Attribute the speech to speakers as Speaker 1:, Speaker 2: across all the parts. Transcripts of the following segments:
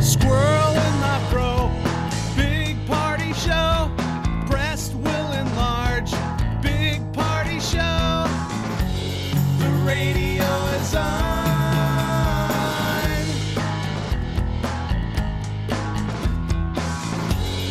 Speaker 1: Squirrel in my fro, big party show. Breast will enlarge, big party show. The radio is on.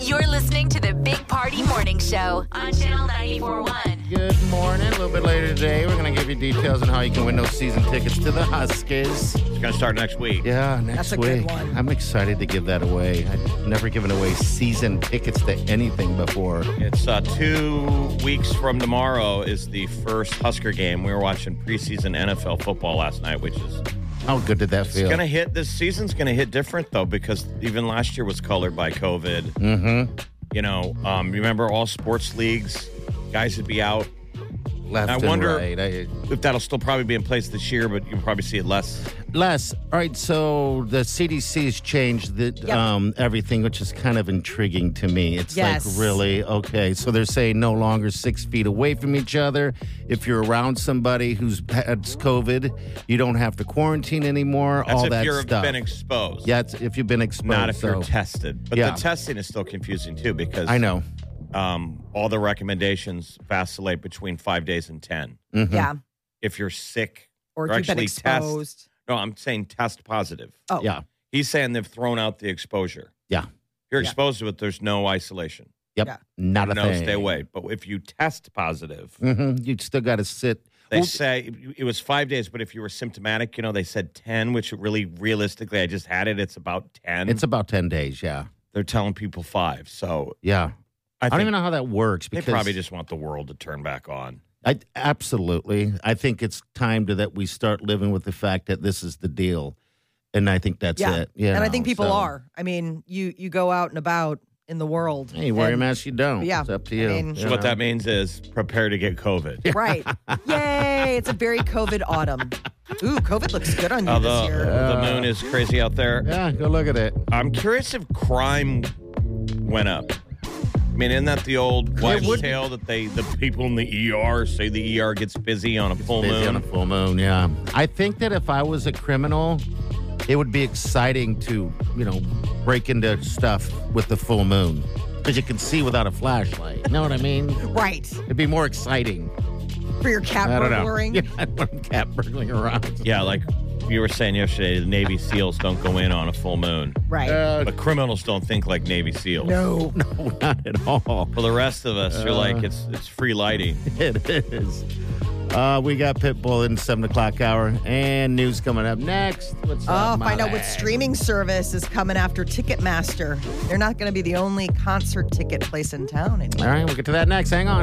Speaker 2: You're listening to the Big Party Morning Show on Channel 941.
Speaker 3: Good morning. A little bit later today, we're going to give you details on how you can win those season tickets to the Huskies.
Speaker 4: It's gonna start next week.
Speaker 3: Yeah, next
Speaker 5: That's a
Speaker 3: week.
Speaker 5: good one.
Speaker 3: I'm excited to give that away. I've never given away season tickets to anything before.
Speaker 4: It's uh, two weeks from tomorrow is the first Husker game. We were watching preseason NFL football last night, which is
Speaker 3: How good did that
Speaker 4: it's
Speaker 3: feel?
Speaker 4: gonna hit. This season's gonna hit different though because even last year was colored by COVID. Mm-hmm. You know, um, you remember all sports leagues, guys would be out.
Speaker 3: Left
Speaker 4: I
Speaker 3: and
Speaker 4: wonder-
Speaker 3: right. I,
Speaker 4: If that'll still probably be in place this year, but you'll probably see it less.
Speaker 3: Les, all right, so the CDC's changed the, um, everything, which is kind of intriguing to me. It's
Speaker 5: Yes.
Speaker 3: like, really? Okay. So they're saying no longer six feet away from each other. If you're around somebody who's had COVID, you don't have to quarantine anymore.
Speaker 4: That's
Speaker 3: all
Speaker 4: if
Speaker 3: that
Speaker 4: you're
Speaker 3: stuff.
Speaker 4: been exposed.
Speaker 3: yeah, it's if you've been exposed.
Speaker 4: Not if you're
Speaker 3: so-
Speaker 4: tested. But
Speaker 3: Yeah.
Speaker 4: the testing is still confusing too because
Speaker 3: I know.
Speaker 4: um, all the recommendations vacillate between five days and 10.
Speaker 3: Mm-hmm.
Speaker 5: Yeah.
Speaker 4: If you're sick,
Speaker 5: Or
Speaker 4: Or
Speaker 5: if you've been
Speaker 4: actually test.
Speaker 5: exposed.
Speaker 4: no, I'm saying test positive.
Speaker 5: Oh.
Speaker 3: Yeah.
Speaker 4: He's saying they've thrown out the exposure.
Speaker 3: Yeah.
Speaker 4: If you're
Speaker 5: Yeah.
Speaker 4: exposed to it, there's no isolation.
Speaker 3: Yep.
Speaker 5: Yeah.
Speaker 3: Not a
Speaker 4: no,
Speaker 3: thing.
Speaker 4: stay away. But if you test positive,
Speaker 3: hmm You still got to sit.
Speaker 4: they
Speaker 3: Well,
Speaker 4: say it was five days, but if you were symptomatic, you know, they said 10, which really realistically, I just had it. It's about 10.
Speaker 3: it's about 10 days. Yeah.
Speaker 4: They're telling people five. So
Speaker 3: Yeah.
Speaker 4: I,
Speaker 3: I, don't
Speaker 4: think
Speaker 3: even know how that works
Speaker 4: they
Speaker 3: because
Speaker 4: probably just want the world to turn back on.
Speaker 3: I absolutely. I think it's time to that we start living with the fact that this is the deal, and I think that's
Speaker 5: Yeah.
Speaker 3: it. Yeah,
Speaker 5: and I think people are. I mean, you you go out and about in the world.
Speaker 3: Hey, you wear your
Speaker 5: and-
Speaker 3: mask, you don't.
Speaker 5: Yeah,
Speaker 3: it's up to
Speaker 5: I
Speaker 3: you.
Speaker 5: mean-
Speaker 3: you
Speaker 4: So what
Speaker 3: know?
Speaker 4: that means is prepare to get COVID.
Speaker 5: Right. Yay. It's a very COVID autumn. Ooh, COVID looks good on you
Speaker 4: Although uh,
Speaker 5: this year.
Speaker 4: Oh, the moon is crazy out there.
Speaker 3: Yeah, go look at it.
Speaker 4: I'm curious if crime went up. I mean, isn't that the old wives' tale that they the people in the ER say the ER gets busy on a full
Speaker 3: Busy
Speaker 4: moon?
Speaker 3: on a full moon. Yeah, I think that if I was a criminal, it would be exciting to you know break into stuff with the full moon because you can see without a flashlight. You know what I mean?
Speaker 5: right.
Speaker 3: It'd be more exciting.
Speaker 5: For your cat
Speaker 3: I don't
Speaker 5: burglaring.
Speaker 3: know. Yeah, I don't want cat burgling around.
Speaker 4: yeah, like you were saying yesterday, the Navy SEALs don't go in on a full moon,
Speaker 5: Right.
Speaker 3: Uh,
Speaker 4: but criminals don't think like Navy SEALs.
Speaker 3: no, no, not at all.
Speaker 4: For the rest of us, you're like it's it's free lighting.
Speaker 3: It is. Uh, we got Pitbull in seven o'clock hour and news coming up next. What's
Speaker 5: Oh,
Speaker 3: up,
Speaker 5: find out
Speaker 3: Molly?
Speaker 5: what streaming service is coming after Ticketmaster. They're not going to be the only concert ticket place in town anymore.
Speaker 3: All right, we'll get to that next. Hang on.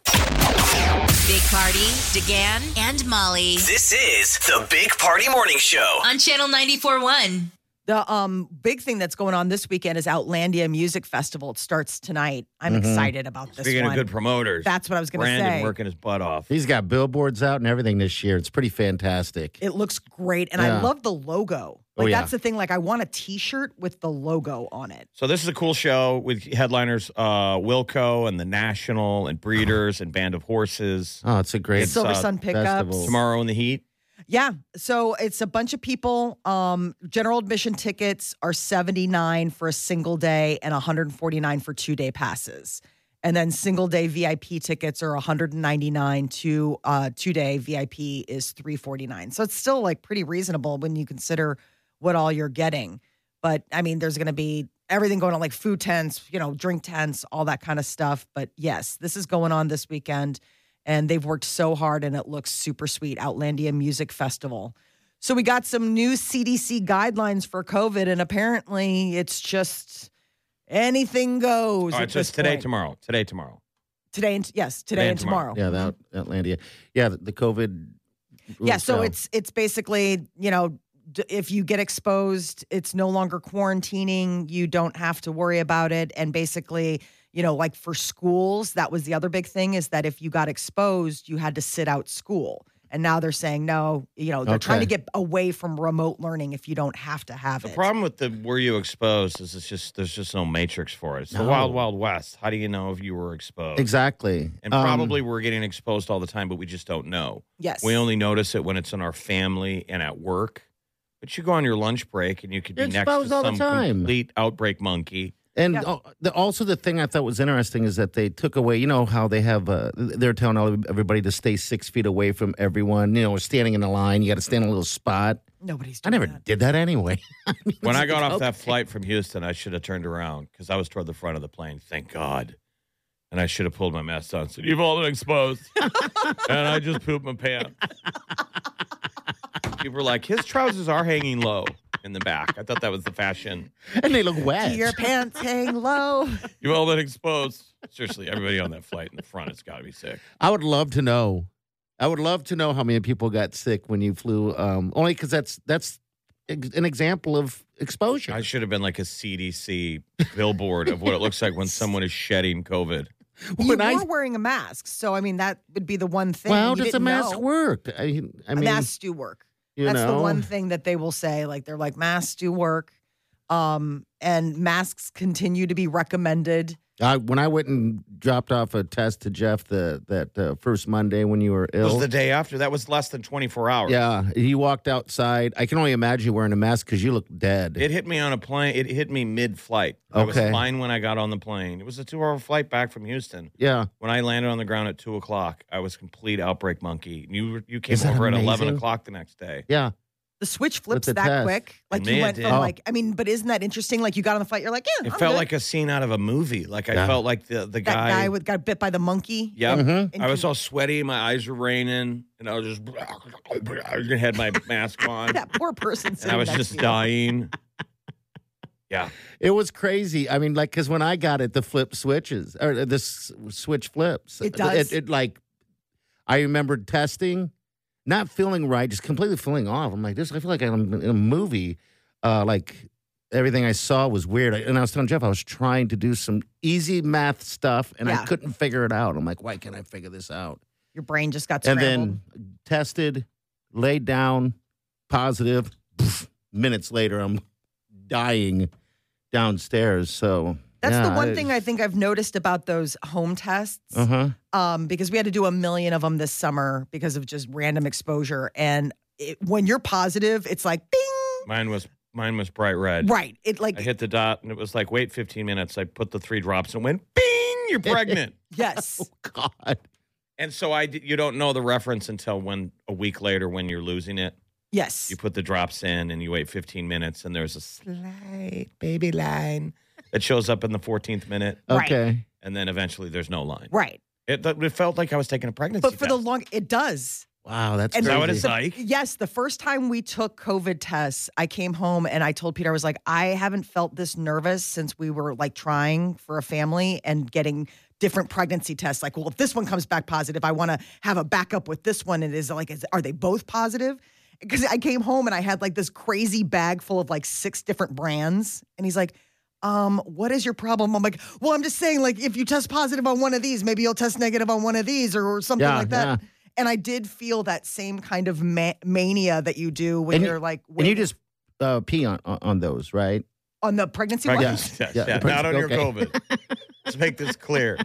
Speaker 2: Big Party, DeGan, and Molly
Speaker 6: This is the Big Party Morning Show.
Speaker 2: on Channel 941.
Speaker 5: The um big thing that's going on this weekend is Outlandia Music Festival. It starts tonight.
Speaker 3: Mm-hmm.
Speaker 5: I'm excited about this
Speaker 4: Speaking of
Speaker 5: one.
Speaker 4: good promoters,
Speaker 5: That's what I was going to say.
Speaker 4: Brandon working his butt off.
Speaker 3: He's got billboards out and everything this year. It's pretty fantastic.
Speaker 5: It looks great. And I
Speaker 3: Yeah.
Speaker 5: love the logo.
Speaker 3: Oh,
Speaker 5: Like
Speaker 3: yeah.
Speaker 5: that's the thing. Like I want a T-shirt with the logo on it.
Speaker 4: So this is a cool show with headliners uh, Wilco and the National and Breeders and Band of Horses.
Speaker 3: Oh, it's a great
Speaker 4: It's,
Speaker 5: Silver
Speaker 4: uh,
Speaker 5: Sun pickups.
Speaker 3: festival.
Speaker 4: Tomorrow in the Heat.
Speaker 5: Yeah. So it's a bunch of people. Um, general admission tickets are 79 for a single day and 149 for two day passes. And then single day VIP tickets are 199 to uh, two day VIP is 349. So it's still like pretty reasonable when you consider what all you're getting. But I mean, there's going to be everything going on like food tents, you know, drink tents, all that kind of stuff. But yes, this is going on this weekend and they've worked so hard and it looks super sweet. Outlandia Music Festival. So we got some new CDC guidelines for COVID and apparently it's just anything goes.
Speaker 4: All right,
Speaker 5: at
Speaker 4: so it's
Speaker 5: this
Speaker 4: today,
Speaker 5: point.
Speaker 4: tomorrow. Today, tomorrow.
Speaker 5: Today and yes, today,
Speaker 4: Today
Speaker 5: and
Speaker 4: and tomorrow.
Speaker 5: tomorrow.
Speaker 3: Yeah, that Outlandia. Yeah, the, the COVID.
Speaker 5: yeah so it's it's basically you know d- if you get exposed it's no longer quarantining you don't have to worry about it and basically you know like for schools that was the other big thing is that if you got exposed you had to sit out school and now they're saying no you know they're trying to
Speaker 3: Okay.
Speaker 5: get away from remote learning if you don't have to have
Speaker 4: The
Speaker 5: it
Speaker 4: problem with the were you exposed is it's just there's just no matrix for it. It's the
Speaker 3: No.
Speaker 4: wild wild west. How do you know if you were exposed?
Speaker 3: exactly
Speaker 4: And
Speaker 3: Um,
Speaker 4: probably we're getting exposed all the time, but we just don't know.
Speaker 5: yes
Speaker 4: We only notice it when it's in our family and at work. But you go on your lunch break and you could be
Speaker 3: You're
Speaker 4: next to
Speaker 3: exposed all the
Speaker 4: some
Speaker 3: time.
Speaker 4: complete outbreak monkey.
Speaker 3: And
Speaker 5: Yeah.
Speaker 3: al- the, also, the thing I thought was interesting is that they took away, you know, how they have, uh, they're telling all- everybody to stay six feet away from everyone. You know, standing in a line, you got to stand in a little spot.
Speaker 5: nobody's
Speaker 3: I
Speaker 5: doing
Speaker 3: never
Speaker 5: that.
Speaker 3: did that anyway.
Speaker 4: When I got off that flight from Houston, I should have turned around because I was toward the front of the plane. Thank God. And I should have pulled my mask down and said, You've all been exposed. and I just pooped my pants. People were like, His trousers are hanging low in the back. I thought that was the fashion.
Speaker 3: and they look wet.
Speaker 5: Do your pants hang low
Speaker 4: You've all been exposed. Seriously, everybody on that flight in the front has got to be sick.
Speaker 3: I would love to know. I would love to know how many people got sick when you flew. Um, only because that's that's ex- an example of exposure.
Speaker 4: I should have been like a CDC billboard of what it looks like when someone is shedding COVID.
Speaker 5: you
Speaker 3: When I-
Speaker 5: were wearing a mask so i mean that would be the one thing
Speaker 3: well, how
Speaker 5: you
Speaker 3: does a
Speaker 5: didn't
Speaker 3: mask
Speaker 5: know.
Speaker 3: work? I, I mean,
Speaker 5: masks do work
Speaker 3: you
Speaker 5: That's
Speaker 3: know,
Speaker 5: the one thing that they will say. Like they're like masks do work, um, and masks continue to be recommended.
Speaker 3: I, when I went and dropped off a test to Jeff the that uh, first Monday when you were
Speaker 4: It
Speaker 3: ill.
Speaker 4: was the day after. That was less than 24 hours.
Speaker 3: Yeah, he walked outside. I can only imagine you wearing a mask because you look dead.
Speaker 4: It hit me on a plane. It hit me mid-flight. I was
Speaker 3: Okay.
Speaker 4: fine when I got on the plane. It was a two-hour flight back from Houston.
Speaker 3: yeah,
Speaker 4: When I landed on the ground at two o'clock, I was complete outbreak monkey. You were- you came
Speaker 3: Is that
Speaker 4: over at eleven
Speaker 3: amazing?
Speaker 4: o'clock the next day.
Speaker 3: yeah.
Speaker 5: The switch flips
Speaker 3: the
Speaker 5: that
Speaker 3: test.
Speaker 5: quick. Like
Speaker 4: Man,
Speaker 5: you went
Speaker 4: it
Speaker 5: from
Speaker 3: did.
Speaker 5: like I mean, but isn't that interesting? Like you got on the flight, you're like, yeah,
Speaker 4: It
Speaker 5: I'm
Speaker 4: felt
Speaker 5: good.
Speaker 4: like a scene out of a movie. Like I
Speaker 3: Yeah.
Speaker 4: felt like the the
Speaker 5: that
Speaker 4: guy.
Speaker 5: guy with got bit by the monkey.
Speaker 4: Yep.
Speaker 3: Mhm.
Speaker 5: And
Speaker 4: I was all sweaty. My eyes were raining, and I was just. I had my mask on,
Speaker 5: that poor person.
Speaker 4: and I
Speaker 5: sitting
Speaker 4: was
Speaker 5: next
Speaker 4: just
Speaker 5: to you.
Speaker 4: dying. Yeah.
Speaker 3: It was crazy. I mean, like, because when I got it, the flip switches or the s- switch flips.
Speaker 5: It does.
Speaker 3: It, it, like, I remember testing, not feeling right, just completely feeling off. I'm like, this. I feel like I'm in a movie. Uh, like everything I saw was weird. I, and I was telling Jeff I was trying to do some easy math stuff, and
Speaker 5: Yeah.
Speaker 3: I couldn't figure it out. I'm like, why can't I figure this out?
Speaker 5: Your brain just got
Speaker 3: and
Speaker 5: scrambled.
Speaker 3: then tested, laid down, positive. Pff, minutes later, I'm dying downstairs. So
Speaker 5: That's the one thing I think I've noticed about those home tests.
Speaker 3: Uh huh.
Speaker 5: um, because we had to do a million of them this summer because of just random exposure. And it, when you're positive, it's like bing,
Speaker 4: Mine was mine was bright red.
Speaker 5: right? It like
Speaker 4: I hit the dot and it was like, wait 15 minutes. I put the three drops and went, bing, you're pregnant.
Speaker 5: yes,
Speaker 3: Oh, God.
Speaker 4: and so I, d- you don't know the reference until when a week later when you're losing it.
Speaker 5: yes.
Speaker 4: You put the drops in and you wait 15 minutes and there's a slight baby line that shows up in the 14th minute.
Speaker 5: Right.
Speaker 3: Okay.
Speaker 4: And then eventually there's no line.
Speaker 5: Right.
Speaker 4: It, th- it felt like I was taking a pregnancy
Speaker 5: But for the
Speaker 4: test.
Speaker 5: long, it does.
Speaker 3: Wow. That's
Speaker 5: And
Speaker 4: Is that what
Speaker 3: crazy.
Speaker 4: it's like?
Speaker 5: Yes, the first time we took COVID tests, I came home and I told Peter, I was like, I haven't felt this nervous since we were like trying for a family and getting different pregnancy tests. Like, well, if this one comes back positive, I want to have a backup with this one. And is like, is, are they both positive? Because I came home and I had like this crazy bag full of like six different brands. And he's like, um, what is your problem? I'm like, well, I'm just saying, like, if you test positive on one of these, maybe you'll test negative on one of these or, or something
Speaker 3: Yeah,
Speaker 5: like that.
Speaker 3: yeah.
Speaker 5: And I did feel that same kind of ma- mania that you do when
Speaker 3: And you-
Speaker 5: you're like,
Speaker 3: And you
Speaker 5: wait,
Speaker 3: just uh, pee on on those, right?
Speaker 5: on the pregnancy
Speaker 4: Right,
Speaker 5: ones.
Speaker 4: yes, yes,
Speaker 3: Yeah,
Speaker 4: yeah,
Speaker 3: the
Speaker 4: Not on your
Speaker 3: pregnancy-
Speaker 4: COVID. Let's make this clear.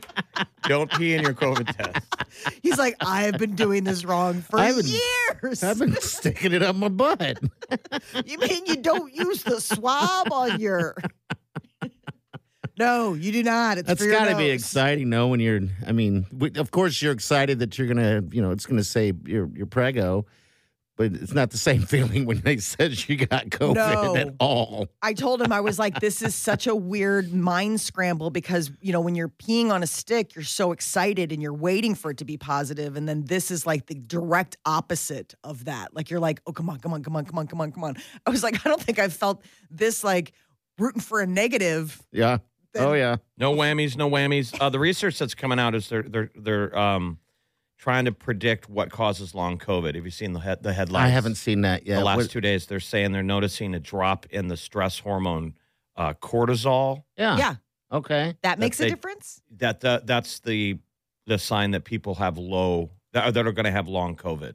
Speaker 4: Don't pee in your COVID test.
Speaker 5: He's like, I have been doing this wrong for
Speaker 3: I've been-
Speaker 5: years.
Speaker 3: I've been sticking it up my butt.
Speaker 5: You mean you don't use the swab on your? no, you do not. It's
Speaker 3: That's
Speaker 5: got to
Speaker 3: be exciting, though. When you're, I mean, we, of course you're excited that you're gonna, you know, it's gonna say your your prego, but it's not the same feeling when they says you got COVID
Speaker 5: No.
Speaker 3: at all.
Speaker 5: I told him I was like, this is such a weird mind scramble because you know when you're peeing on a stick, you're so excited and you're waiting for it to be positive, and then this is like the direct opposite of that. Like you're like, oh come on, come on, come on, come on, come on, come on. I was like, I don't think I felt this like rooting for a negative.
Speaker 3: Yeah. oh yeah.
Speaker 4: No whammies, no whammies. Uh, the research that's coming out is they're they're they're um, trying to predict what causes long COVID. Have you seen the head, the headlines?
Speaker 3: I haven't seen that yet.
Speaker 4: the last
Speaker 3: What-
Speaker 4: two days. They're saying they're noticing a drop in the stress hormone uh, cortisol.
Speaker 3: yeah.
Speaker 5: Yeah,
Speaker 3: Okay.
Speaker 5: that makes a
Speaker 4: they-
Speaker 5: difference.
Speaker 4: That the, that's the the sign that people have low that, that are going to have long COVID.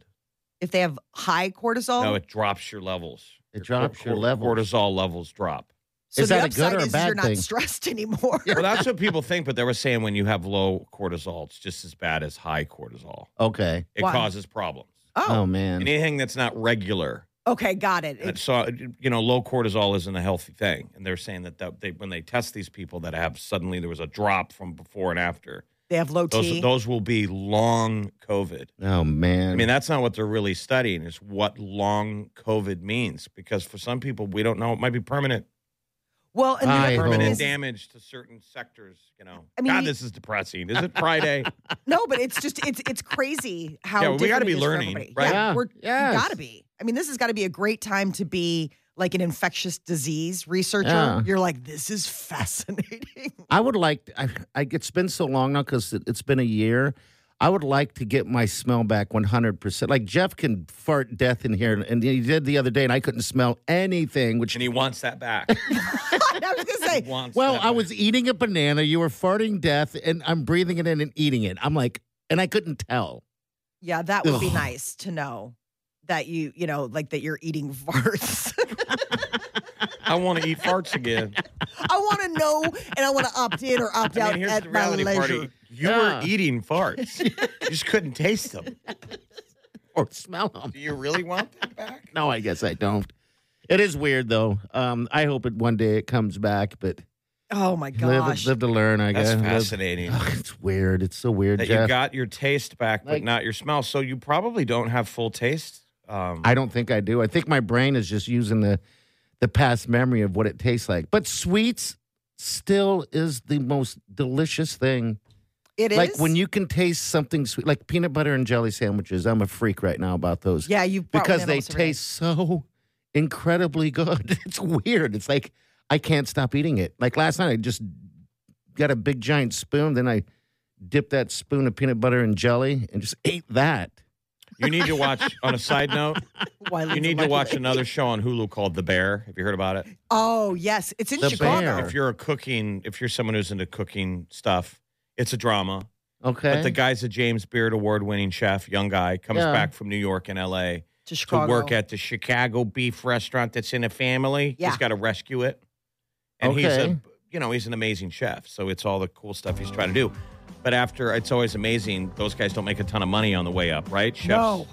Speaker 5: If they have high cortisol,
Speaker 4: No, it drops your levels.
Speaker 3: Oh. It drops
Speaker 4: cor-
Speaker 3: your levels.
Speaker 4: Cortisol levels drop.
Speaker 5: So
Speaker 3: Is
Speaker 5: the
Speaker 3: that a
Speaker 5: upside
Speaker 3: good or a
Speaker 5: is
Speaker 3: bad
Speaker 5: you're
Speaker 3: thing?
Speaker 5: not stressed anymore.
Speaker 4: Well, that's what people think, but they were saying when you have low cortisol, it's just as bad as high cortisol.
Speaker 3: Okay.
Speaker 4: It
Speaker 5: Why?
Speaker 4: causes problems.
Speaker 3: Oh,
Speaker 5: Oh,
Speaker 3: man.
Speaker 4: Anything that's not regular.
Speaker 5: okay, got it.
Speaker 4: And
Speaker 5: It-
Speaker 4: So, you know, low cortisol isn't a healthy thing. And they're saying that, that they, when they test these people that have suddenly there was a drop from before and after,
Speaker 5: they have low
Speaker 4: those,
Speaker 5: T.
Speaker 4: those will be long COVID.
Speaker 3: Oh man.
Speaker 4: I mean, that's not what they're really studying, is what long COVID means. Because for some people, we don't know. It might be permanent.
Speaker 5: well, and the
Speaker 3: I
Speaker 5: other thing
Speaker 3: hope.
Speaker 4: permanent
Speaker 5: is,
Speaker 4: damage to certain sectors. You know,
Speaker 5: I mean,
Speaker 4: God,
Speaker 5: we-
Speaker 4: this is depressing. Is it Friday?
Speaker 5: no, but it's just it's it's crazy how
Speaker 4: Yeah, well, we
Speaker 5: got
Speaker 4: gotta
Speaker 5: to
Speaker 4: be learning, right?
Speaker 5: Yeah,
Speaker 3: Yeah.
Speaker 5: we're
Speaker 3: Yes.
Speaker 5: got to be. I mean, this has got to be a great time to be like an infectious disease researcher.
Speaker 3: Yeah.
Speaker 5: You're like, this is fascinating.
Speaker 3: I would like. I, I it's been so long now because it, it's been a year. I would like to get my smell back one hundred percent. Like Jeff can fart death in here, and he did the other day, and I couldn't smell anything. Which
Speaker 4: and he wants that back.
Speaker 5: I was gonna
Speaker 4: He
Speaker 5: say,
Speaker 4: wants
Speaker 3: well,
Speaker 4: that
Speaker 3: I
Speaker 4: back.
Speaker 3: was eating a banana. You were farting death, and I'm breathing it in and eating it. I'm like, and I couldn't tell.
Speaker 5: yeah, that would be
Speaker 3: Ugh.
Speaker 5: nice to know that you you know like that you're eating varts.
Speaker 4: I want to eat farts again.
Speaker 5: I want to know and I want to opt in or opt
Speaker 4: I
Speaker 5: out
Speaker 4: mean, here's
Speaker 5: at
Speaker 4: the
Speaker 5: my
Speaker 4: reality
Speaker 5: leisure.
Speaker 4: party. You
Speaker 3: Yeah.
Speaker 4: were eating farts. you just couldn't taste them.
Speaker 3: or smell them.
Speaker 4: Do you really want that back?
Speaker 3: No, I guess I don't. It is weird though. Um, I hope it one day it comes back, but
Speaker 5: Oh my
Speaker 3: live,
Speaker 5: gosh.
Speaker 3: live to learn. I
Speaker 4: That's
Speaker 3: guess Live-
Speaker 4: fascinating.
Speaker 3: Ugh, it's weird. It's so weird,
Speaker 4: that you
Speaker 3: Jeff.
Speaker 4: got your taste back, but
Speaker 3: Like-
Speaker 4: not your smell. So you probably don't have full taste. Um,
Speaker 3: I don't think I do. I think my brain is just using the the past memory of what it tastes like. But sweets still is the most delicious thing.
Speaker 5: It is
Speaker 3: like when you can taste something sweet, like peanut butter and jelly sandwiches. I'm a freak right now about those.
Speaker 5: Yeah, you brought
Speaker 3: because
Speaker 5: one in
Speaker 3: they
Speaker 5: almost every day.
Speaker 3: taste so incredibly good. It's weird. It's like I can't stop eating it. Like last night, I just got a big giant spoon, then I dipped that spoon of peanut butter and jelly and just ate that.
Speaker 4: you need to watch. on a side note,
Speaker 5: Why
Speaker 4: you
Speaker 5: Lindsay
Speaker 4: need to
Speaker 5: Lohan.
Speaker 4: watch another show on Hulu called The Bear. Have you heard about it?
Speaker 5: Oh yes, it's in
Speaker 3: The
Speaker 5: Chicago.
Speaker 3: Bear.
Speaker 4: If you're a cooking, if you're someone who's into cooking stuff, it's a drama.
Speaker 3: Okay,
Speaker 4: But the guy's a James Beard Award-winning chef, young guy, comes
Speaker 3: Yeah.
Speaker 4: back from New York and L.A.
Speaker 5: To
Speaker 4: to
Speaker 5: Chicago.
Speaker 4: work at the Chicago beef restaurant that's in a family.
Speaker 5: Yeah.
Speaker 4: He's got to rescue it. And he's a
Speaker 3: Okay.
Speaker 4: you know, he's an amazing chef. So it's all the cool stuff he's trying to do. But after it's always amazing, those guys don't make a ton of money on the way up, right? Chefs
Speaker 5: No.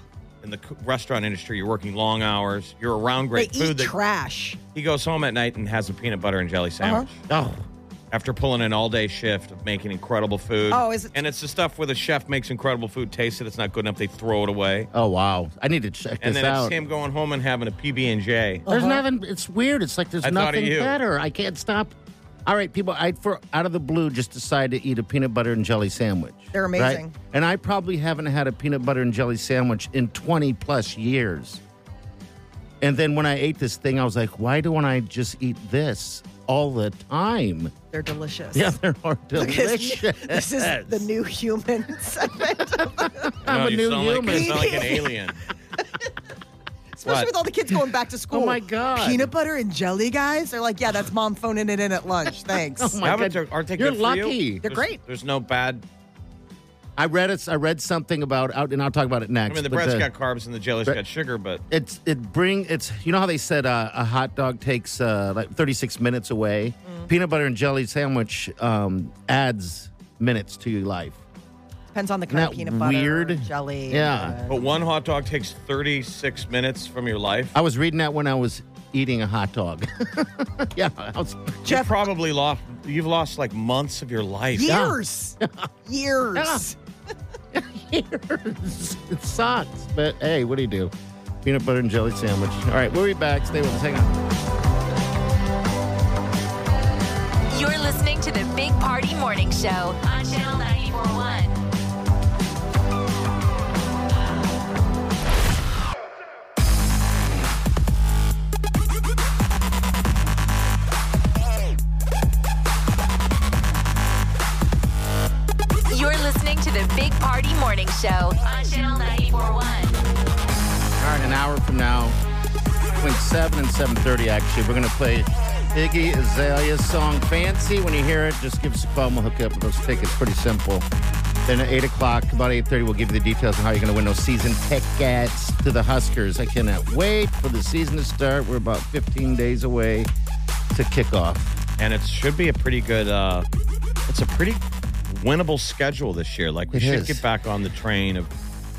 Speaker 4: in the c- restaurant industry, you're working long hours, you're around
Speaker 5: They
Speaker 4: great
Speaker 5: eat
Speaker 4: food. that-
Speaker 5: trash.
Speaker 4: he goes home at night and has a peanut butter and jelly
Speaker 5: Uh-huh.
Speaker 4: sandwich
Speaker 3: oh,
Speaker 4: after pulling an all-day shift of making incredible food.
Speaker 5: Oh, is it-
Speaker 4: And it's the stuff where the chef makes incredible food, tastes it, it's not good enough, they throw it away.
Speaker 3: oh wow! I need to check
Speaker 4: And
Speaker 3: this
Speaker 4: then
Speaker 3: out.
Speaker 4: it's him going home and having a PB and J.
Speaker 3: There's nothing. It's weird. It's like there's
Speaker 4: Uh-huh. I thought of
Speaker 3: nothing
Speaker 4: you.
Speaker 3: better. I can't stop. All right, people. I for out of the blue just decide to eat a peanut butter and jelly sandwich.
Speaker 5: They're
Speaker 3: right?
Speaker 5: amazing.
Speaker 3: And I probably haven't had a peanut butter and jelly sandwich in 20 plus years. And then when I ate this thing, I was like, why don't I just eat this all the time?
Speaker 5: They're delicious.
Speaker 3: Yeah, they are delicious.
Speaker 5: This is the new human segment,
Speaker 3: I'm
Speaker 4: No,
Speaker 3: a
Speaker 4: you
Speaker 3: new
Speaker 4: sound Like,
Speaker 3: human.
Speaker 4: you sound like an alien.
Speaker 5: especially
Speaker 4: What?
Speaker 5: with all the kids going back to school.
Speaker 3: Oh my God.
Speaker 5: Peanut butter and jelly guys. They're like, yeah, that's mom phoning it in at lunch. Thanks.
Speaker 3: Oh my
Speaker 4: Haven't
Speaker 3: God.
Speaker 4: they- aren't they
Speaker 3: You're
Speaker 4: good for you?
Speaker 3: lucky.
Speaker 5: They're
Speaker 4: There's-
Speaker 5: great.
Speaker 4: There's no bad.
Speaker 3: I read it. I read something about out, and I'll talk about it
Speaker 4: I
Speaker 3: next.
Speaker 4: mean, the
Speaker 3: but
Speaker 4: bread's got carbs and the jelly's
Speaker 3: Bre-
Speaker 4: got sugar, but
Speaker 3: it's it bring it's you know how they said uh, a hot dog takes uh, like 36 minutes away. Peanut butter and jelly sandwich um, adds minutes to your life.
Speaker 5: Depends on the kind of
Speaker 3: that
Speaker 5: peanut butter,
Speaker 3: weird?
Speaker 5: or jelly.
Speaker 3: Yeah.
Speaker 4: but one hot dog takes 36 minutes from your life.
Speaker 3: I was reading that when I was eating a hot dog. yeah, I was,
Speaker 4: you probably lost. You've lost like months of your life.
Speaker 5: years, years.
Speaker 3: it sucks. But hey, what do you do? Peanut butter and jelly sandwich. All right, we'll be back. Stay with us. Hang on.
Speaker 2: You're listening to the Big Party Morning Show on Channel 941. You're listening to the Big Party Morning Show on Channel 941.
Speaker 3: All right, an hour from now, between seven and seven thirty, actually, we're gonna play Iggy Azalea's song "Fancy." When you hear it, just give us a call. and We'll hook you up with those tickets. Pretty simple. Then at eight o'clock, about eight thirty, we'll give you the details on how you're gonna win those season tickets to the Huskers. I cannot wait for the season to start. We're about fifteen days away to kick off.
Speaker 4: and it should be a pretty good. uh It's a pretty winnable schedule this year. Like we
Speaker 3: It
Speaker 4: should
Speaker 3: is.
Speaker 4: get back on the train of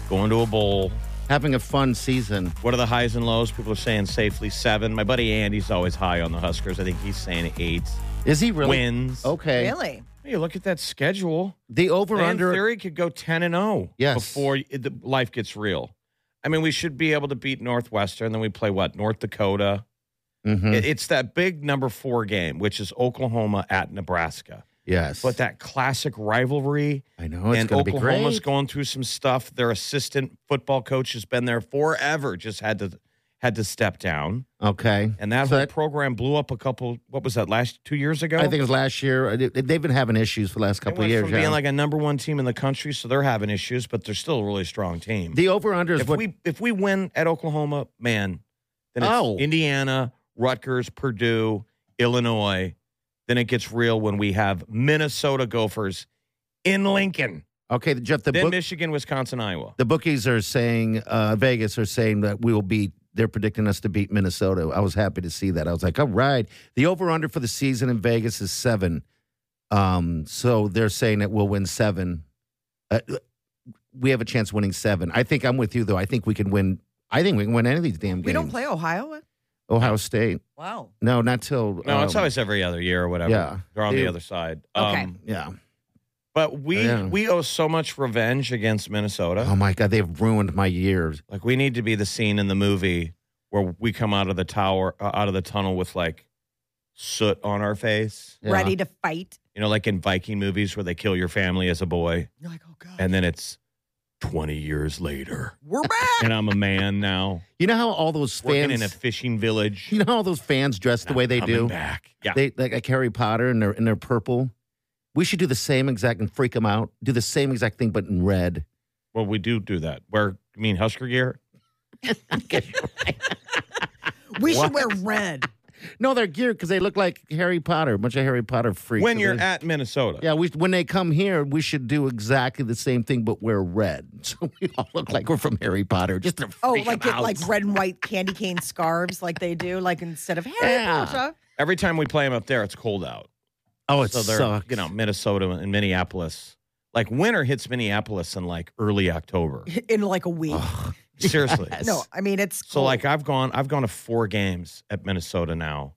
Speaker 4: going to a bowl.
Speaker 3: Having a fun season.
Speaker 4: What are the highs and lows? People are saying safely seven. My buddy Andy's always high on the Huskers. I think he's saying eight
Speaker 3: Is he really Oh.
Speaker 4: wins.
Speaker 3: okay?
Speaker 5: Really?
Speaker 4: Hey, look at that schedule.
Speaker 3: The over
Speaker 4: They, in
Speaker 3: under.
Speaker 4: theory, could go ten and zero.
Speaker 3: Yes.
Speaker 4: Before y- the life gets real, I mean, we should be able to beat Northwestern. Then we play what? North Dakota.
Speaker 3: Mhm.
Speaker 4: It- It's that big number four game, which is Oklahoma at Nebraska.
Speaker 3: yes,
Speaker 4: But that classic rivalry,
Speaker 3: I know it's
Speaker 4: and
Speaker 3: gonna be
Speaker 4: Oklahoma's
Speaker 3: great.
Speaker 4: going through some stuff. Their assistant football coach has been there forever. Just had to had to step down,
Speaker 3: okay.
Speaker 4: and that
Speaker 3: So
Speaker 4: whole
Speaker 3: that-
Speaker 4: program blew up a couple. What was that? Last two years ago,
Speaker 3: I think it was last year. Uh, They- They've been having issues for the last
Speaker 4: They
Speaker 3: couple
Speaker 4: went
Speaker 3: of years.
Speaker 4: From
Speaker 3: yeah.
Speaker 4: being like a number one team in the country, so they're having issues, but they're still a really strong team.
Speaker 3: the over under is
Speaker 4: if
Speaker 3: what
Speaker 4: we if we win at Oklahoma, man, then it's
Speaker 3: Oh.
Speaker 4: Indiana, Rutgers, Purdue, Illinois. Then it gets real when we have Minnesota Gophers in Lincoln.
Speaker 3: okay, Jeff. The
Speaker 4: then
Speaker 3: book,
Speaker 4: Michigan, Wisconsin, Iowa.
Speaker 3: the bookies are saying uh, Vegas are saying that we will beat. They're predicting us to beat Minnesota. I was happy to see that. I was like, all right. The over under for the season in Vegas is seven. Um, so they're saying that we'll win seven. Uh, we have a chance of winning seven. I think I'm with you though. I think we can win. I think we can win any of these damn games.
Speaker 5: We don't play Ohio.
Speaker 3: Ohio State.
Speaker 5: Wow.
Speaker 3: No, not till.
Speaker 4: No, it's
Speaker 3: um,
Speaker 4: always every other year or whatever.
Speaker 3: yeah.
Speaker 4: They're on
Speaker 3: They-
Speaker 4: the other side. Um,
Speaker 5: Okay.
Speaker 3: yeah.
Speaker 4: but we
Speaker 3: Yeah.
Speaker 4: we owe so much revenge against Minnesota.
Speaker 3: Oh my god, they've ruined my years.
Speaker 4: Like we need to be the scene in the movie where we come out of the tower, uh, out of the tunnel with like soot on our face.
Speaker 3: Yeah.
Speaker 5: Ready to fight?
Speaker 4: You know, like in Viking movies where they kill your family as a boy,
Speaker 5: You're like, oh god,
Speaker 4: and then it's twenty years later,
Speaker 5: we're back.
Speaker 4: and I'm a man now,
Speaker 3: You know how all those
Speaker 4: working in a
Speaker 3: fans,
Speaker 4: fishing village.
Speaker 3: you know how all those fans dress the way they
Speaker 4: Coming
Speaker 3: do.
Speaker 4: back, yeah.
Speaker 3: They like like Harry Potter and they're and they're purple. We should do the same exact and freak them out. Do the same exact thing but in red.
Speaker 4: well, we do do that. Where you mean Husker gear?
Speaker 5: we should wear red.
Speaker 3: No, they're geared because they look like Harry Potter, a bunch of Harry Potter freaks.
Speaker 4: When you're
Speaker 3: They-
Speaker 4: at Minnesota,
Speaker 3: yeah, we, when they come here, we should do exactly the same thing, but wear red. So we all look like we're from Harry Potter. Just to
Speaker 5: Oh,
Speaker 3: freak
Speaker 5: like
Speaker 3: 'em
Speaker 5: get,
Speaker 3: out.
Speaker 5: like red and white candy cane scarves, like they do, like instead of Harry
Speaker 3: Yeah.
Speaker 5: Potter.
Speaker 4: every time we play them up there, it's cold out.
Speaker 3: oh, it
Speaker 4: so they're
Speaker 3: sucks.
Speaker 4: you know Minnesota and Minneapolis. Like winter hits Minneapolis in like early October.
Speaker 5: in like a week.
Speaker 4: Seriously.
Speaker 5: No, I mean it's
Speaker 4: So
Speaker 3: Oh.
Speaker 5: cold.
Speaker 4: like I've gone I've gone to four games at Minnesota now,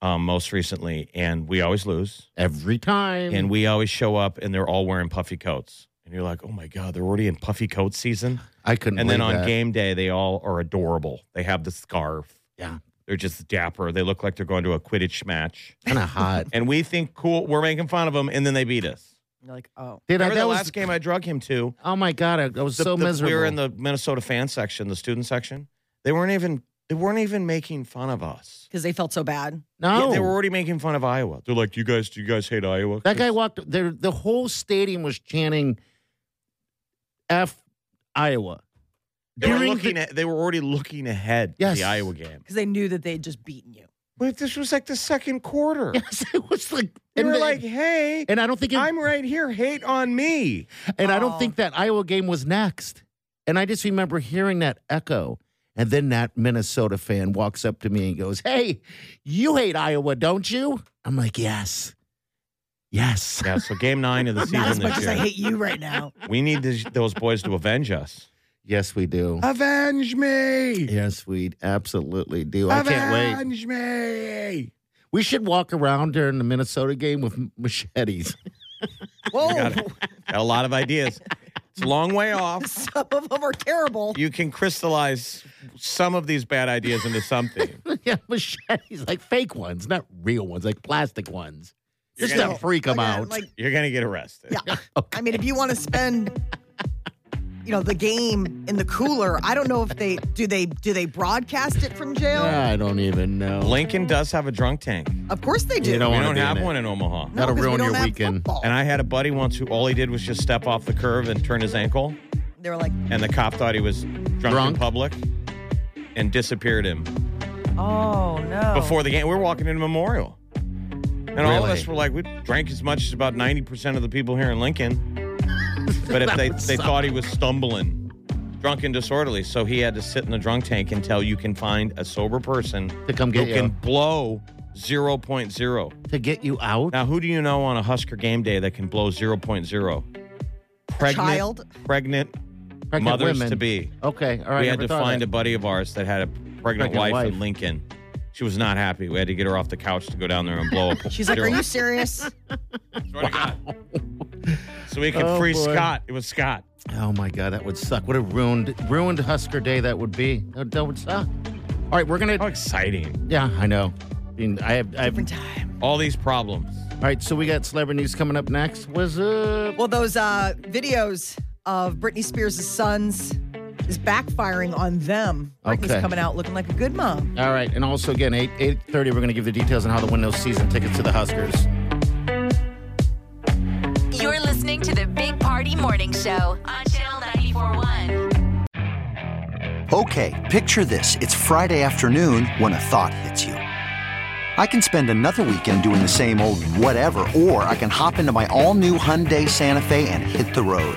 Speaker 4: um, most recently, and we always lose.
Speaker 3: every time.
Speaker 4: And we always show up and they're all wearing puffy coats. And you're like, oh my God, they're already in puffy coat season.
Speaker 3: I couldn't.
Speaker 4: And then
Speaker 3: believe
Speaker 4: on
Speaker 3: that.
Speaker 4: game day, they all are adorable. They have the scarf.
Speaker 3: Yeah.
Speaker 4: They're just dapper. They look like they're going to a Quidditch match.
Speaker 3: kind of hot.
Speaker 4: And we think cool, we're making fun of them, and then they beat us.
Speaker 5: You're like oh,
Speaker 3: Dude, I,
Speaker 4: Remember
Speaker 3: that
Speaker 4: the
Speaker 3: was
Speaker 4: last game I drug him to?
Speaker 3: Oh my god, I, I was
Speaker 4: the-
Speaker 3: so
Speaker 4: the-
Speaker 3: miserable.
Speaker 4: We were in the Minnesota fan section, the student section. They weren't even they weren't even making fun of us.
Speaker 5: because they felt so bad.
Speaker 3: no.
Speaker 4: Yeah, they were already making fun of Iowa. They're like, "You guys, do you guys hate Iowa?"
Speaker 3: that guy walked. There, the whole stadium was chanting "F Iowa."
Speaker 4: They were
Speaker 3: during
Speaker 4: looking
Speaker 3: the-
Speaker 4: at, They were already looking ahead.
Speaker 3: Yes.
Speaker 4: to the Iowa game.
Speaker 5: because they knew that they'd just beaten you.
Speaker 4: Wait, this was like the second quarter.
Speaker 3: Yes, it was like, and,
Speaker 4: And we're
Speaker 3: the-
Speaker 4: like, hey,
Speaker 3: and I don't think, it,
Speaker 4: I'm right here. Hate on me.
Speaker 3: and I don't think that Iowa game was next. And I just remember hearing that echo, and then that Minnesota fan walks up to me and goes, "Hey, you hate Iowa, don't you?" I'm like, "Yes, yes."
Speaker 4: Yeah, so game nine of the
Speaker 5: Not as
Speaker 4: season
Speaker 5: much
Speaker 4: this
Speaker 5: as I
Speaker 4: year.
Speaker 5: hate you right now.
Speaker 4: We need these- those boys to avenge us.
Speaker 3: Yes, we do.
Speaker 4: Avenge me.
Speaker 3: Yes, we absolutely do. I can't wait.
Speaker 4: me.
Speaker 3: We should walk around during the Minnesota game with m- machetes.
Speaker 5: Whoa,
Speaker 4: Got, it. Got a lot of ideas. It's a long way off.
Speaker 5: some of them are terrible.
Speaker 4: You can crystallize some of these bad ideas into something.
Speaker 3: yeah, machetes, like fake ones, not real ones, like plastic ones.
Speaker 4: You're
Speaker 3: Just
Speaker 4: gonna-
Speaker 3: to freak them
Speaker 5: Again,
Speaker 3: out.
Speaker 5: Like,
Speaker 4: You're gonna get arrested.
Speaker 5: yeah. I mean, if you want to spend, you know, the game in the cooler, I don't know if they do they do they broadcast it from jail.
Speaker 3: Ah, I don't even know.
Speaker 4: Lincoln does have a drunk tank.
Speaker 5: Of course they do.
Speaker 3: You know,
Speaker 4: We
Speaker 3: wanna
Speaker 4: don't
Speaker 3: be in
Speaker 4: have
Speaker 3: it.
Speaker 4: one in Omaha.
Speaker 5: No,
Speaker 3: That'll
Speaker 5: 'cause we
Speaker 3: ruin
Speaker 5: don't
Speaker 3: your
Speaker 5: have
Speaker 3: weekend.
Speaker 5: football.
Speaker 4: And I had a buddy once who all he did was just step off the curve and turn his ankle,
Speaker 5: they were like,
Speaker 4: and the cop thought he was drunk,
Speaker 3: Drunk.
Speaker 4: in public and disappeared him
Speaker 5: oh no.
Speaker 4: before the game. We were walking into Memorial. And all of
Speaker 3: Really?
Speaker 4: us were like, we drank as much as about 90% of the people here in Lincoln. But if
Speaker 3: That
Speaker 4: they,
Speaker 3: would
Speaker 4: they
Speaker 3: suck.
Speaker 4: thought he was stumbling, drunk and disorderly, so he had to sit in the drunk tank until you can find a sober person
Speaker 3: To come get
Speaker 4: who
Speaker 3: you.
Speaker 4: can blow 0.0.
Speaker 3: to get you out?
Speaker 4: Now, who do you know on a Husker game day that can blow 0.0? Pregnant,
Speaker 5: child?
Speaker 4: pregnant
Speaker 3: Pregnant
Speaker 4: mothers
Speaker 3: women.
Speaker 4: to be.
Speaker 3: Okay, all right.
Speaker 4: we had
Speaker 3: never
Speaker 4: to
Speaker 3: thought of
Speaker 4: find
Speaker 3: that.
Speaker 4: a buddy of ours that had a pregnant,
Speaker 3: Pregnant
Speaker 4: wife,
Speaker 3: wife.
Speaker 4: in Lincoln. She was not happy. We had to get her off the couch to go down there and blow up.
Speaker 5: She's like,
Speaker 4: zero.
Speaker 5: are you serious?
Speaker 4: Swear to God. So we could
Speaker 3: Oh,
Speaker 4: free
Speaker 3: boy.
Speaker 4: Scott. It was Scott.
Speaker 3: Oh my god, that would suck. What a ruined ruined Husker day that would be. That, that would suck. All right, we're gonna.
Speaker 4: How exciting!
Speaker 3: Yeah, I know. I mean, I have. I have
Speaker 5: Different time.
Speaker 4: All these problems.
Speaker 3: all right, so we got celebrity news coming up next. What's up?
Speaker 5: Well, those uh, videos of Britney Spears' sons is backfiring on them. Britney's
Speaker 3: Okay.
Speaker 5: coming out looking like a good mom.
Speaker 3: All right, and also again eight eight thirty. We're gonna give the details on how to win those season tickets to the Huskers.
Speaker 2: You're listening to the Big Party Morning Show on Channel 941.
Speaker 7: Okay, picture this. It's Friday afternoon when a thought hits you. I can spend another weekend doing the same old whatever, or I can hop into my all new Hyundai Santa Fe and hit the road.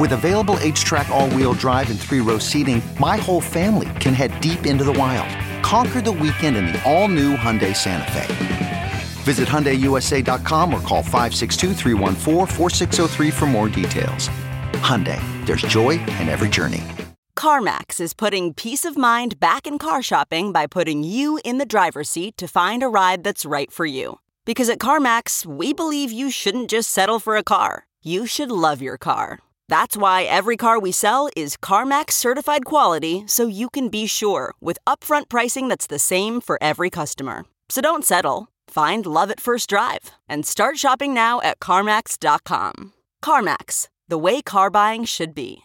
Speaker 7: With available H track, all wheel drive, and three row seating, my whole family can head deep into the wild. Conquer the weekend in the all new Hyundai Santa Fe. Visit HyundaiUSA.com or call 562-314-4603 for more details. Hyundai, there's joy in every journey.
Speaker 8: CarMax is putting peace of mind back in car shopping by putting you in the driver's seat to find a ride that's right for you. Because at CarMax, we believe you shouldn't just settle for a car, you should love your car. That's why every car we sell is CarMax certified quality so you can be sure with upfront pricing that's the same for every customer. So don't settle. Find love at first drive and start shopping now at CarMax.com. CarMax, the way car buying should be.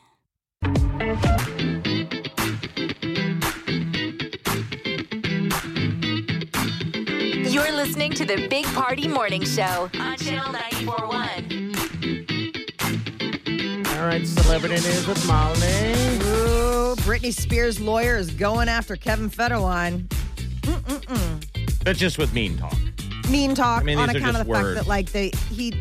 Speaker 2: You're listening to the Big Party Morning Show on Channel 941.
Speaker 3: All right, celebrity news with Molly.
Speaker 5: Ooh, Britney Spears' lawyer is going after Kevin Federline.
Speaker 4: That's just with mean talk.
Speaker 5: mean talk
Speaker 4: I mean,
Speaker 5: on
Speaker 4: these are
Speaker 5: account
Speaker 4: just
Speaker 5: of the
Speaker 4: words.
Speaker 5: fact that like they he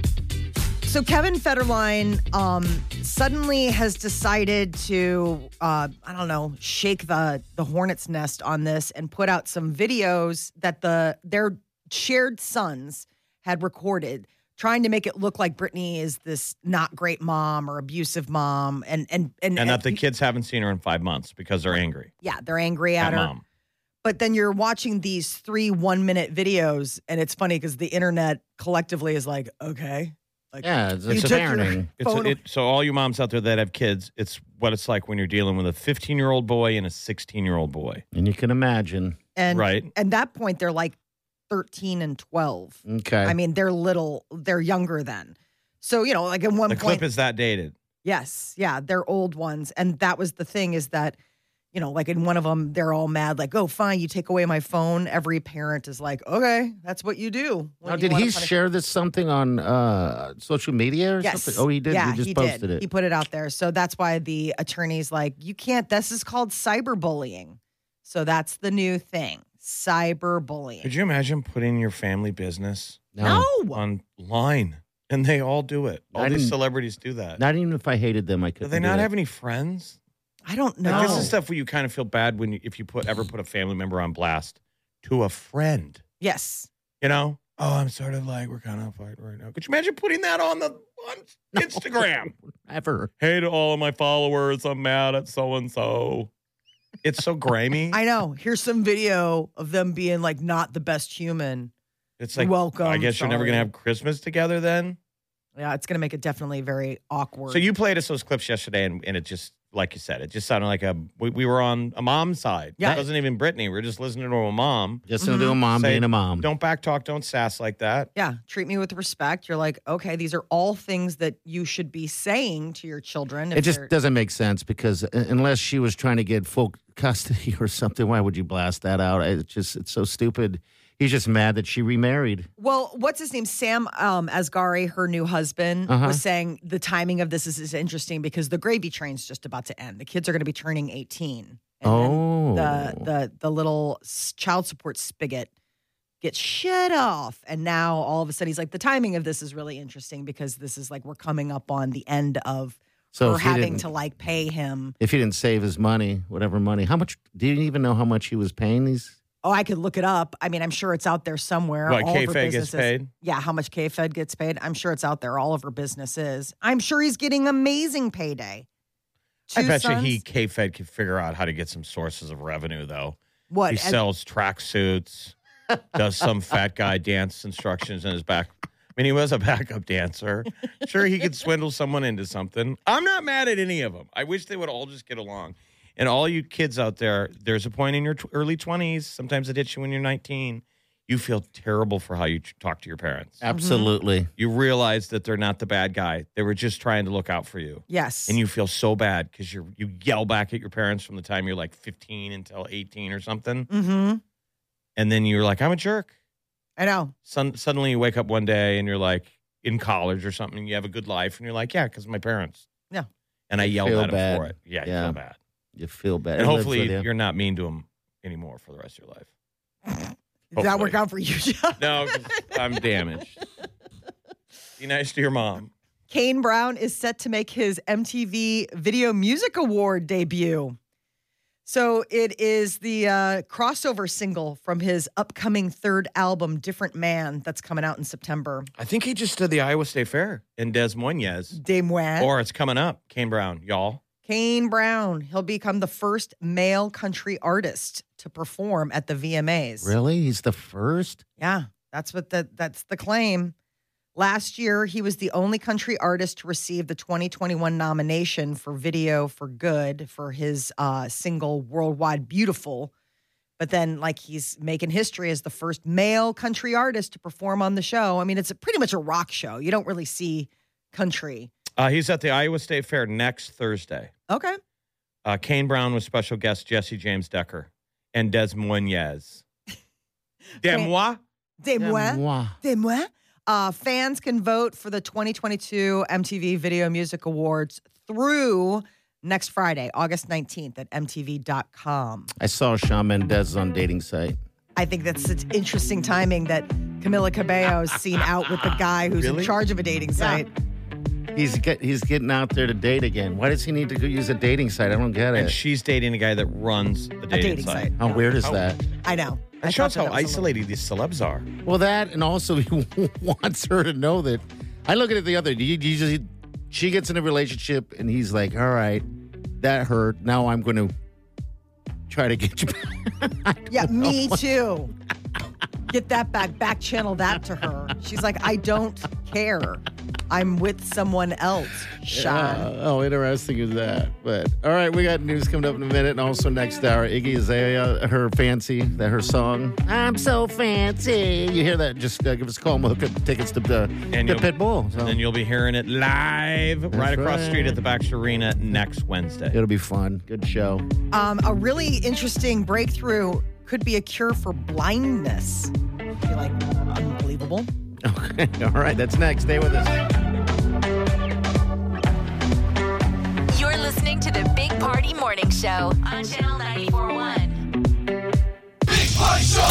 Speaker 5: so Kevin Federline um suddenly has decided to uh I don't know shake the the hornet's nest on this and put out some videos that the their shared sons had recorded trying to make it look like Britney is this not great mom or abusive mom and and and,
Speaker 4: And that the kids haven't seen her in five months because they're angry
Speaker 5: yeah they're angry at
Speaker 4: at
Speaker 5: her
Speaker 4: mom.
Speaker 5: but then you're watching these three one minute videos and it's funny because the internet collectively is like okay like
Speaker 3: Yeah, it's,
Speaker 5: You
Speaker 3: it's
Speaker 5: took your-
Speaker 3: parenting.
Speaker 4: It's
Speaker 5: Phone-
Speaker 4: it, so all you moms out there that have kids, it's what it's like when you're dealing with a 15 year old boy and a 16 year old boy.
Speaker 3: And you can imagine.
Speaker 5: and
Speaker 4: right.
Speaker 5: at that point they're like 13 and 12
Speaker 3: Okay.
Speaker 5: i mean they're little they're younger then so you know like at one
Speaker 4: The
Speaker 5: point
Speaker 4: clip is that dated.
Speaker 5: yes yeah they're old ones and that was the thing is that you know like in one of them they're all mad like oh fine you take away my phone every parent is like okay that's what you do
Speaker 3: now,
Speaker 5: when you
Speaker 3: did
Speaker 5: wanna
Speaker 3: he
Speaker 5: punish-
Speaker 3: share this something on uh, social media or
Speaker 5: Yes.
Speaker 3: something? Oh, he did.
Speaker 5: Yeah,
Speaker 3: he just
Speaker 5: he
Speaker 3: posted
Speaker 5: did.
Speaker 3: it.
Speaker 5: He put it out there. So that's why the attorney's like, you can't. This is called cyberbullying. So that's the new thing. cyberbullying.
Speaker 4: Could you imagine putting your family business
Speaker 5: No.
Speaker 3: Oh.
Speaker 4: online? And they all do it. All
Speaker 3: Not
Speaker 4: these
Speaker 3: in-
Speaker 4: celebrities do that.
Speaker 3: Not even if I hated them, I could.
Speaker 4: do they not have any friends?
Speaker 5: I don't know.
Speaker 4: Like, this is stuff where you kind of feel bad when you, if you put ever put a family member on blast to a friend.
Speaker 5: yes.
Speaker 4: You know? Oh, I'm sort of like we're kind of fighting right now. Could you imagine putting that on the on Instagram?
Speaker 3: ever.
Speaker 4: hey to all of my followers, I'm mad at so and so. It's so grimy.
Speaker 5: I know. Here's some video of them being like not the best human.
Speaker 4: it's like
Speaker 5: Welcome,
Speaker 4: I guess you're never
Speaker 5: sorry.
Speaker 4: gonna have Christmas together then.
Speaker 5: Yeah, it's going to make it definitely very awkward.
Speaker 4: So you played us those clips yesterday, and, and it just like you said, it just sounded like a we, we were on a mom's side.
Speaker 5: Yeah.
Speaker 4: it wasn't even Brittany. We were just listening to a mom.
Speaker 3: Just to do a mom
Speaker 4: Mm-hmm. Say,
Speaker 3: being a mom.
Speaker 4: Don't backtalk. Don't sass like that.
Speaker 5: yeah, treat me with respect. You're like, okay, these are all things that you should be saying to your children. if
Speaker 3: It just
Speaker 5: they're-
Speaker 3: doesn't make sense because uh, unless she was trying to get full custody or something, why would you blast that out? It's just it's so stupid. He's just mad that she remarried.
Speaker 5: Well, what's his name? Sam um, Asghari, her new husband,
Speaker 3: Uh-huh.
Speaker 5: was saying the timing of this is, is interesting because the gravy train's just about to end. The kids are going to be turning 18. And
Speaker 3: oh,
Speaker 5: then the, the, the little s- child support spigot gets shut off. And now all of a sudden he's like, the timing of this is really interesting because this is like we're coming up on the end of
Speaker 3: so
Speaker 5: her
Speaker 3: if he
Speaker 5: having
Speaker 3: didn't-
Speaker 5: to like pay him.
Speaker 3: if he didn't save his money, whatever money, how much? Do you even know how much he was paying these?
Speaker 5: Oh, I could look it up. I mean, I'm sure it's out there somewhere.
Speaker 4: What
Speaker 5: All of her
Speaker 4: K-Fed gets
Speaker 5: businesses-
Speaker 4: paid?
Speaker 5: Yeah, how much K-Fed gets paid. I'm sure it's out there. All of her businesses. I'm sure he's getting amazing payday.
Speaker 4: I
Speaker 5: Two
Speaker 4: bet
Speaker 5: sons?
Speaker 4: you he K Fed could figure out how to get some sources of revenue though.
Speaker 5: What?
Speaker 4: he
Speaker 5: as-
Speaker 4: sells tracksuits, does some fat guy dance instructions in his back. I mean, he was a backup dancer. Sure, he could swindle someone into something. I'm not mad at any of them. I wish they would all just get along. And all you kids out there, there's a point in your tw- early 20s. Sometimes it hits you when you're 19. You feel terrible for how you t- talk to your parents.
Speaker 3: Absolutely.
Speaker 4: You realize that they're not the bad guy. They were just trying to look out for you
Speaker 5: yes.
Speaker 4: and you feel so bad because you you yell back at your parents from the time you're like 15 until 18 or something,
Speaker 5: Mm-hmm.
Speaker 4: and then you're like, I'm a jerk.
Speaker 5: I know.
Speaker 4: Sun suddenly you wake up one day and you're like in college or something, and you have a good life, and you're like, yeah, because my parents.
Speaker 5: Yeah.
Speaker 4: And I yelled
Speaker 3: feel
Speaker 4: at them for
Speaker 3: bad.
Speaker 4: it. Yeah, you
Speaker 3: Yeah.
Speaker 4: feel bad.
Speaker 3: You feel bad.
Speaker 4: And
Speaker 3: It lives
Speaker 4: hopefully
Speaker 3: with you.
Speaker 4: you're not mean to them anymore for the rest of your life.
Speaker 5: Did that work
Speaker 4: Hopefully.
Speaker 5: out for you, Joe?
Speaker 4: No, 'cause I'm damaged. Be nice to your mom.
Speaker 5: Kane Brown is set to make his MTV Video Music Award debut. So it is the uh, crossover single from his upcoming third album, Different Man, that's coming out in September.
Speaker 4: I think he just did the Iowa State Fair in Des Moines.
Speaker 5: Des Moines.
Speaker 4: Or it's coming up, Kane Brown, y'all.
Speaker 5: Kane Brown. He'll become the first male country artist to perform at the VMAs.
Speaker 3: really. He's the first.
Speaker 5: Yeah, that's what the that's the claim. Last year, he was the only country artist to receive the 2021 nomination for Video for Good for his uh, single Worldwide Beautiful. But then, like, he's making history as the first male country artist to perform on the show. I mean, it's a, pretty much a rock show. You don't really see country.
Speaker 4: Uh, he's at the Iowa State Fair next Thursday.
Speaker 5: Okay.
Speaker 4: Uh, Kane Brown with special guest Jesse James Decker and Des Moines. Des Moines?
Speaker 5: Des Moines.
Speaker 3: Moi.
Speaker 5: Des Moines. Uh, fans can vote for the 2022 MTV Video Music Awards through next Friday, August 19th at MTV.com.
Speaker 3: I saw Shawn Mendes on dating site.
Speaker 5: I think that's such interesting timing that Camila Cabello is seen out with the guy who's in
Speaker 4: Really?
Speaker 5: charge of a dating site.
Speaker 3: He's get, he's getting out there to date again. Why does he need to go use a dating site? I don't get
Speaker 4: And
Speaker 3: it.
Speaker 4: she's dating a guy that runs a dating,
Speaker 5: A dating site.
Speaker 4: site.
Speaker 3: how weird is
Speaker 4: How-
Speaker 3: that?
Speaker 5: I know. I
Speaker 4: That
Speaker 5: thought
Speaker 4: shows how
Speaker 5: that was a little-
Speaker 4: isolated these celebs are.
Speaker 3: Well, that and also he wants her to know that. I look at it the other. You, you just, she gets in a relationship and he's like, "All right, that hurt. Now I'm going to try to get you." back." I don't
Speaker 5: Yeah,
Speaker 3: know.
Speaker 5: me too. Get that back, back channel that to her. She's like, I don't care. I'm with someone else, Sean.
Speaker 3: Yeah. Oh, interesting is that. But all right, we got news coming up in a minute, and also next hour, Iggy Azalea, her fancy, that her song. I'm so fancy. You hear that? Just uh, give us a call. and We'll hook up tickets to uh,
Speaker 4: And
Speaker 3: to
Speaker 4: you'll-
Speaker 3: Pitbull.
Speaker 5: Oh.
Speaker 3: So
Speaker 4: And you'll be hearing it live right across the street
Speaker 3: right.
Speaker 4: at the Baxter Arena next Wednesday.
Speaker 3: it'll be fun. Good show.
Speaker 5: Um, a really interesting breakthrough could be a cure for blindness. You're like, unbelievable.
Speaker 3: Okay. All right. That's next. Stay with us.
Speaker 2: You're listening to the Big Party Morning Show on Channel 941.
Speaker 6: Big Party Show!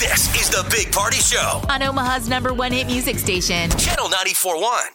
Speaker 1: This is the Big Party Show,
Speaker 2: On Omaha's number one hit music station.
Speaker 1: Channel 941.